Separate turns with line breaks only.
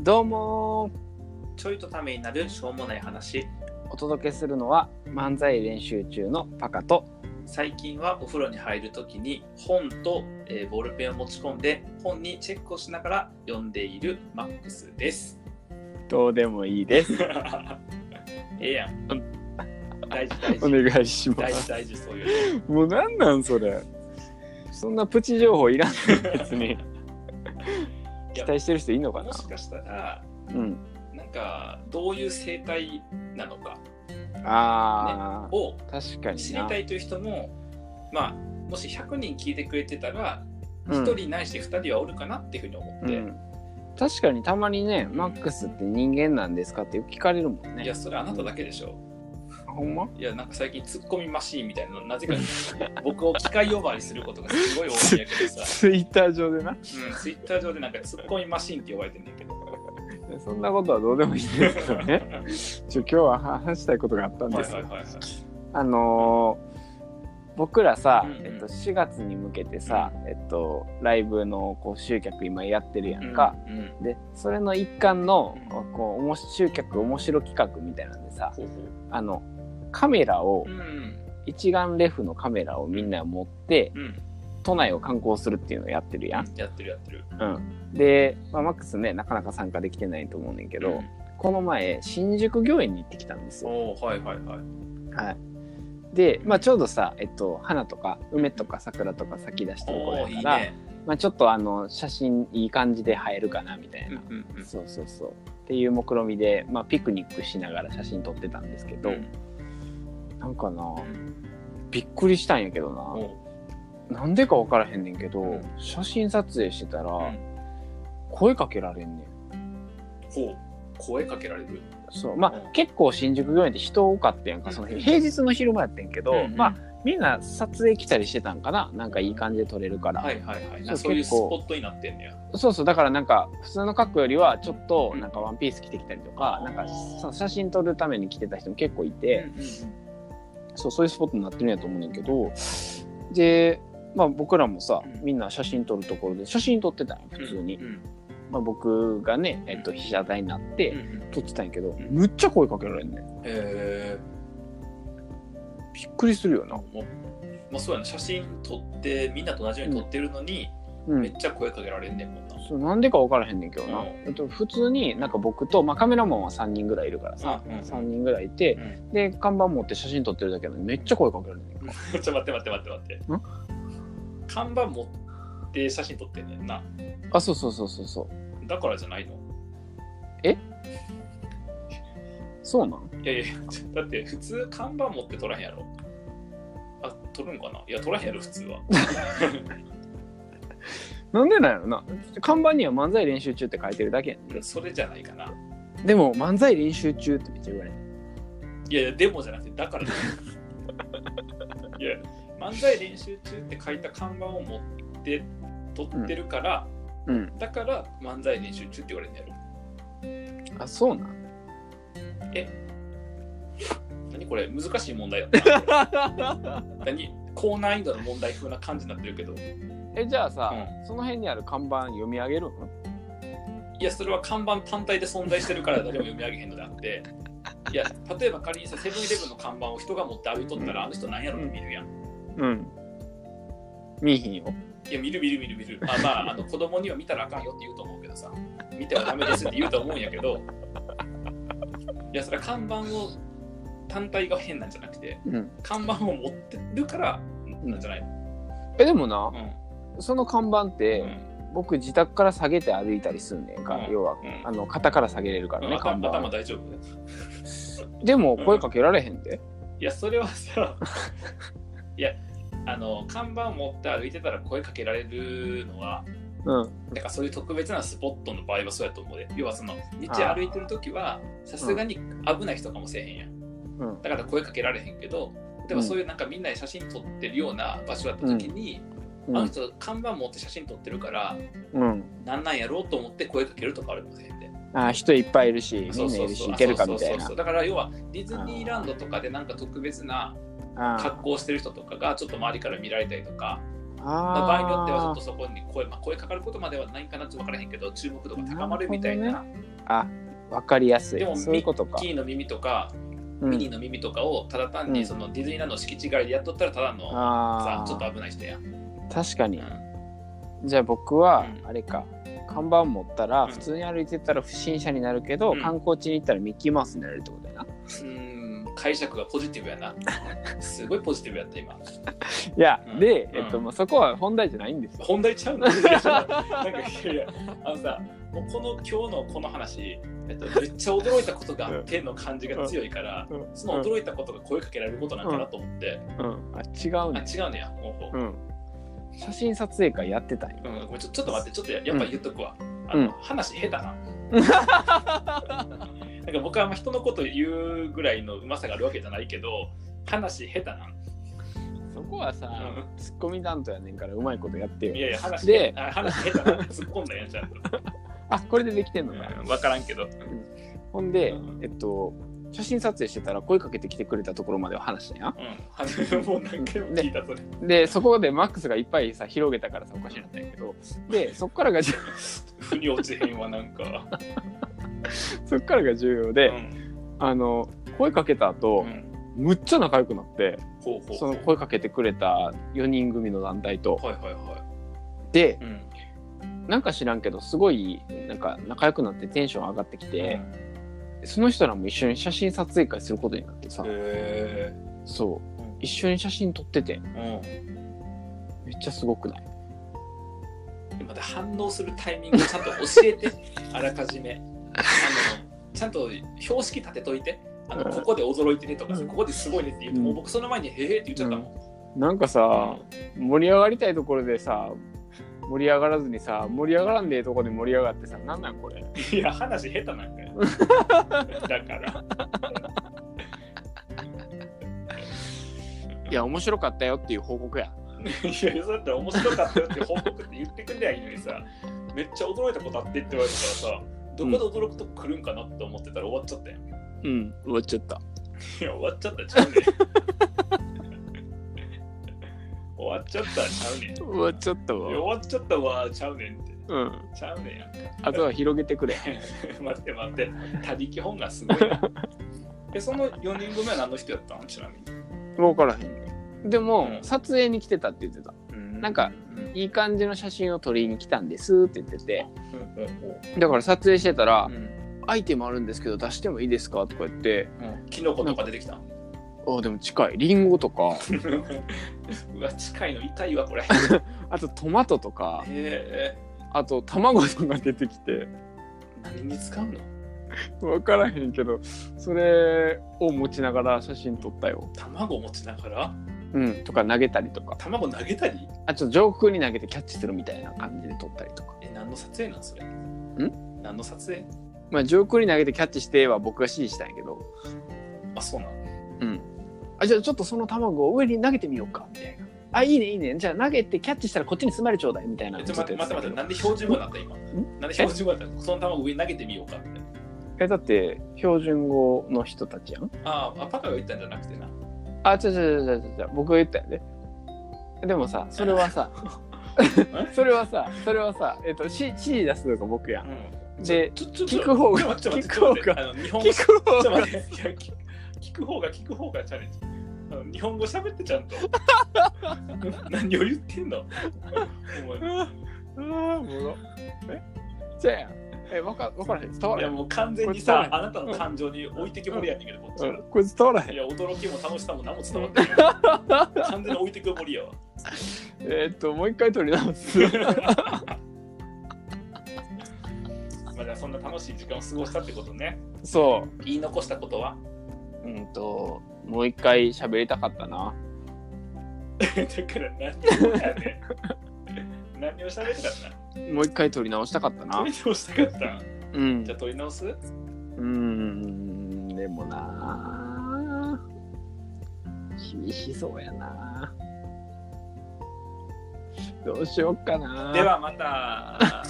どうも
ちょいとためになるしょうもない話。
お届けするのは漫才練習中のパカと
最近はお風呂に入るときに本と、えーボールペンを持ち込んで本にチェックをしながら読んでいるマックスです。
どうでもいいです
ええやん。大事大
お
事。
願いしま
大事
す
大事そういうの。
もうなんなんそれそんなプチ情報いらない別に期待してる人いいのかな
もしかしたら、
うん
なんかどういう生態なのか
あ
を
あ確かにな
知りたいという人も、まあ、もし100人聞いてくれてたら、
うん
1人ないし2人はおるかなっていうふうに思って、
うん確かにたまにね、マックスって人間なんですかってよく聞かれるもんね
いや、それあなただけでしょ。
ほんま
いや、なんか最近ツッコミマシーンみたいなの、なぜか 僕を機械呼ばわりすることがすごい多いんやけどさ、
ツイッター上でな
うん、ツイッター上でなんかツッコミマシーンって呼ばれてんだけど。
そんなことはどうでもいいんですけどね ちょ今日は話したいことがあったん
は
で
い
す
はいはいはい。
あのー僕らさ、
うんうん
えっと、4月に向けてさ、えっと、ライブのこう集客今やってるやんか、
うん、うん
でそれの一環の
う
こうおもし集客面白企画みたいなんでさ
ほうほ
あのカメラを
う。うん、
一眼レフのカメラをみんな持って
うん、
都内を観光するっていうのをやってるやん。
やってるやってる。
うん、で、まあ、マックスねなかなか参加できてないと思うねんけど、
うん
この前新宿御苑に行ってきたんですよ。
おおはいはいはい。
はい、で、まあ、ちょうどさ、えっと、花とか梅とか桜とか咲き出してる
お
頃
おい
や
い
から
ね。
まあ、ちょっとあの写真いい感じで映えるかなみたい
うん
な、
うんうん。
そうそうそうっていう目論見みで、まあ、ピクニックしながら写真撮ってたんですけど、
うん
なんかな
うん
びっくりしたんやけど
お
な
う
なんでか分からへんねんけど、
うん
写真撮影してたら
うん
声かけられんねん。
ほう声かけられる。
そうま
う
あ
ん
結構新宿御苑って人多かったやんかその
うん
日平日の昼間やってんけど、
うんうん
まあみんな撮影来たりしてたんかななんかいい感じで撮れるから、
はいはいはい。
そう
そういう
結
ス
構
ポットになってんねや。
そうそうだからなんか普通の格よりはちょっと
うん
なんかワンピース着てきたりとか、
あー
なんかその写真撮るために着てた人も結構いて、
うんうんうん
そうそういうスポットになってるんやと思うねんけどで、まあ、僕らもさ
うん
みんな写真撮るところで写真撮ってたんよ普通に、
うん
まあ、僕がね、えっと、被写体になっ
うんう
て
ん
撮ってたんやけど、
ん
むっちゃ声かけられんねん
へえ。
びっくりするよな、
もうまあ、そうやな写真撮ってみんなと同じように撮ってるのに、
うん
めっちゃ声かけられんねんもんな。
そうなんでか分からへんねんけどな、
うん
えっと普通になんか僕と、まあ、カメラマンは3人ぐらいいるからさ、
うんうんうん
3人ぐらいいて、
う
で看板持って写真撮ってるだけなのにめっちゃ声かけられるねんか
ちょっと待って待って待って待って。看板持って写真撮ってんねんな。
あそうそうそうそうそう
だからじゃないの
そうなん
いやいや、 だって普通看板持って撮らへんやろ。あ、撮るんかないや、撮らへんやろ、普通は。
なんでなんやろな看板には漫才練習中って書いてるだけや
うんそれじゃないかな。
んでも漫才練習中ってめっちゃ言われる
いやいや、でもじゃなくて、だからじゃない。いや、漫才練習中って書いた看板を持って撮ってるから、
うん
だから漫才練習中って言われるんやろ。
あそうなん
何これ難しい問題だったな何高難易度の問題風な感じになってるけどい
えじゃあさ、
う
その辺にある看板読み上げるの
やそれは看板単体で存在してるから誰も読み上げへんのであっていや例えば仮にさセブンイレブンの看板を人が持って歩いとったら、あの人なんやろって見るやん
うん見えひんよ
いや見る見る見る見るあまああの子供には見たらあかんよって言うと思うけどさ見てはダメですって言うと思うんやけどいやそれは看板を単体が変なんじゃなくて
うん
看板を持ってるからなんじゃないの
えでもな
うん
その看板って、
うん
僕自宅から下げて歩いたりすんねんか、
うん
要は
うん
あの肩から下げれるからね、
頭
看板
頭大丈夫
でも声かけられへんで、
いや、それはさ、いや、あの、看板を持って歩いてたら声かけられるのは、
うん
だからそういう特別なスポットの場合はそうやと思うで。要はその、道歩いてるときは、さすがに危ない人かもしれへんやん。
うん
だから声かけられへんけど、例えばそういうなんかみんなで写真撮ってるような場所だったときに、
う
あの
ん
人看板持って写真撮ってるから、
うん
なんなんやろうと思って声かけるとかあるかもしれへんで。
あ人いっぱいいるしみん
そう
な
そ
いうる
そう
しいけるかみたい
そうそう
な
そうだから要はディズニーランドとかでなんか特別な
あ
格好してる人とかがちょっと周りから見られたりとか
ーあ
まあ、場合によってはちょっと
っ
そこに声,、まあ、声かかることまではないかなって分からへんけど注目度が高まるみたいな
なとあわかりやす
でも
いそういうことか
キーの耳とか、
うん
ミニーの耳とかをただ単にそのディズニーランドの敷地外でやっとったらただのさ
あ
ちょっ
ー
と危ない人や、うん
確かにじゃあ僕は
うん
あれか看板持ったら
うん
普通に歩いてたら不審者になるけど
うん
観光地に行ったらミッキーマウスになれるってこと だな
うん解釈がポジティブや なすごいポジティブやった今
いや
うん
で
うん
えっとまあそこは本題じゃないんですよ
本題ちゃうの なんかいやいやあのさもうこの今日のこの話、えっと、めっちゃ驚いたことがあっての感じが強いから、
うん
その驚いたことが声かけられることなんかなと思って、
うんあ違う
あ
ね
違うねやも
うん写真撮影会やってたんよ
う、うんごめんちょちょっと待ってちょっとややっぱ言っとくわ、あ
うん
の話下手 ななんか僕はあんま人のこと言うぐらいのうまさがあるわけじゃないけど話下手なん
そこはさ
う
ツッコミ担当やねんからうまいことやって
い
よ
やいや話
で
あ話下手なん突っ込んだや んちゃんと、
あこれでできてんのか
うん、分からんけど、
ほんで
うん
えっと写真撮影してたら声かけてきてくれたところまでは話したんや
うん、もう何回も聞いたそれ
でそこでマックスがいっぱいさ広げたからさおかしいなったんやけどでそっからが そ
腑に落ちへんわなんか。
っからが重要
う
で、
ん
あの声かけた
う
後、
ん
むっちゃ仲良くなって
ほうほう
そ
ほう
の声かけてくれた4人組の団体と
はいはいは
で
い。うん。
なんか知らんけどすごいなんか仲良くなってテンション上がってきて、その人らも一緒に写真撮影会することになってさ、
へ
そう
うん
一緒に写真撮ってて
え。
めっちゃすごくない
うん。また反応するタイミングちゃんと教え て、あらかじめ。あの、ちゃんと標識立てといて。あの
うん
ここで驚いてねとかさ、
うん
ここですごいねって言って、もう僕その前にへえって言っちゃったもん。
なんかさ、盛り上がりたいところでさ盛り上がらずにさ盛り上がらんでええとこで盛り上がってさなんなんこれ
いや、話下手な んかよ。だから。
いや面白かったよっていう報告や
いや、そうだったら面白かったよって報告って言ってくれりゃいいのにさ、めっちゃ驚いたことあってって言われたからさ、どこで驚くとこ来るんかなって思ってたら終わっちゃったよ。い
うん終わっちゃった
や、終わっちゃったちゃうねん。 終わっちゃったちゃうねん。いや
終わっちゃった
終わっちゃったわちゃうねんって。
うん
ちゃうねんや ん
あとは広げてくれ
か。待って待って、他力本がすごい な。え、その4人組は何の人やったんちなみに。
分からへんねでも、
うん
撮影に来てたって言ってたなんか
うん、
いい感じの写真を撮りに来たんですって言ってて
うんうん
だから撮影してたら、
うん
アイテムあるんですけど出してもいいですかとか言って
うん。キノコとか出てきた
あーでも近いリンゴとか
うわ、近いの痛いわ、これ。
あとトマトとか
え
あと卵とか出てきて
ー、何に使うの
分からへんけどそれを持ちながら写真撮ったよ、
卵を持ちながら
うん、とか投げたりとか
卵投げたり
あちょっと上空に投げてキャッチするみたいな感じで撮ったりとか、
え、何の撮影なんそれ
ん
何の撮影
まあ、上空に投げてキャッチしては僕が指示したんやけど
あ、そうなの
うんあじゃあちょっとその卵を上に投げてみようかみたいなあいいねいいねじゃあ投げてキャッチしたらこっちに住まれちょうだいみたいな
え
の
ちょ
ず
待
っ
っ
と
て
や
待って
たけど
待って、なんで標準語になった今
ん
なんで標準語になったその卵上に投げてみようかって
えだって標準語の人たちやん
あーあ、パカが言ったんじゃなくてな
あ違う違う違う違う違う僕が言ったよねでもさそれは さそれはさそれはさえっと指指示出すのが僕やん
うん
で
ちょ、ちょ、
聞く方が
ちょ待って
聞く方が
ちょ待ってあの日本語
聞く
ちょ
方が
待っていや聞聞く方が聞く方がチャレンジ。あの日本語喋って ちゃんと。何を言ってんの お
ああもろえじゃあやんえわかわからへん伝わ
前
ら
い
へ
や
ん
もう完全に
これ
さ
伝、わ
あなたの感情に置いてけぼりやねんけど、こっち
うんこいつ伝わらへ
は。い
ん
や、驚きも楽しさも何も伝わってない。 完全に置いてけぼりやわ。
えっともう一回撮り直す
まあじゃあそんな楽しい時間を過ごしたってことね。
そう
言い残したことは
うんともう一回喋りたかったな
だから何をやねん。何を喋ったんだ
もう一回撮り直したかったな
取り直したかったん
うん
じゃあ取り直す
うーんでもな厳しそうやなどうしよっかな
ではまた。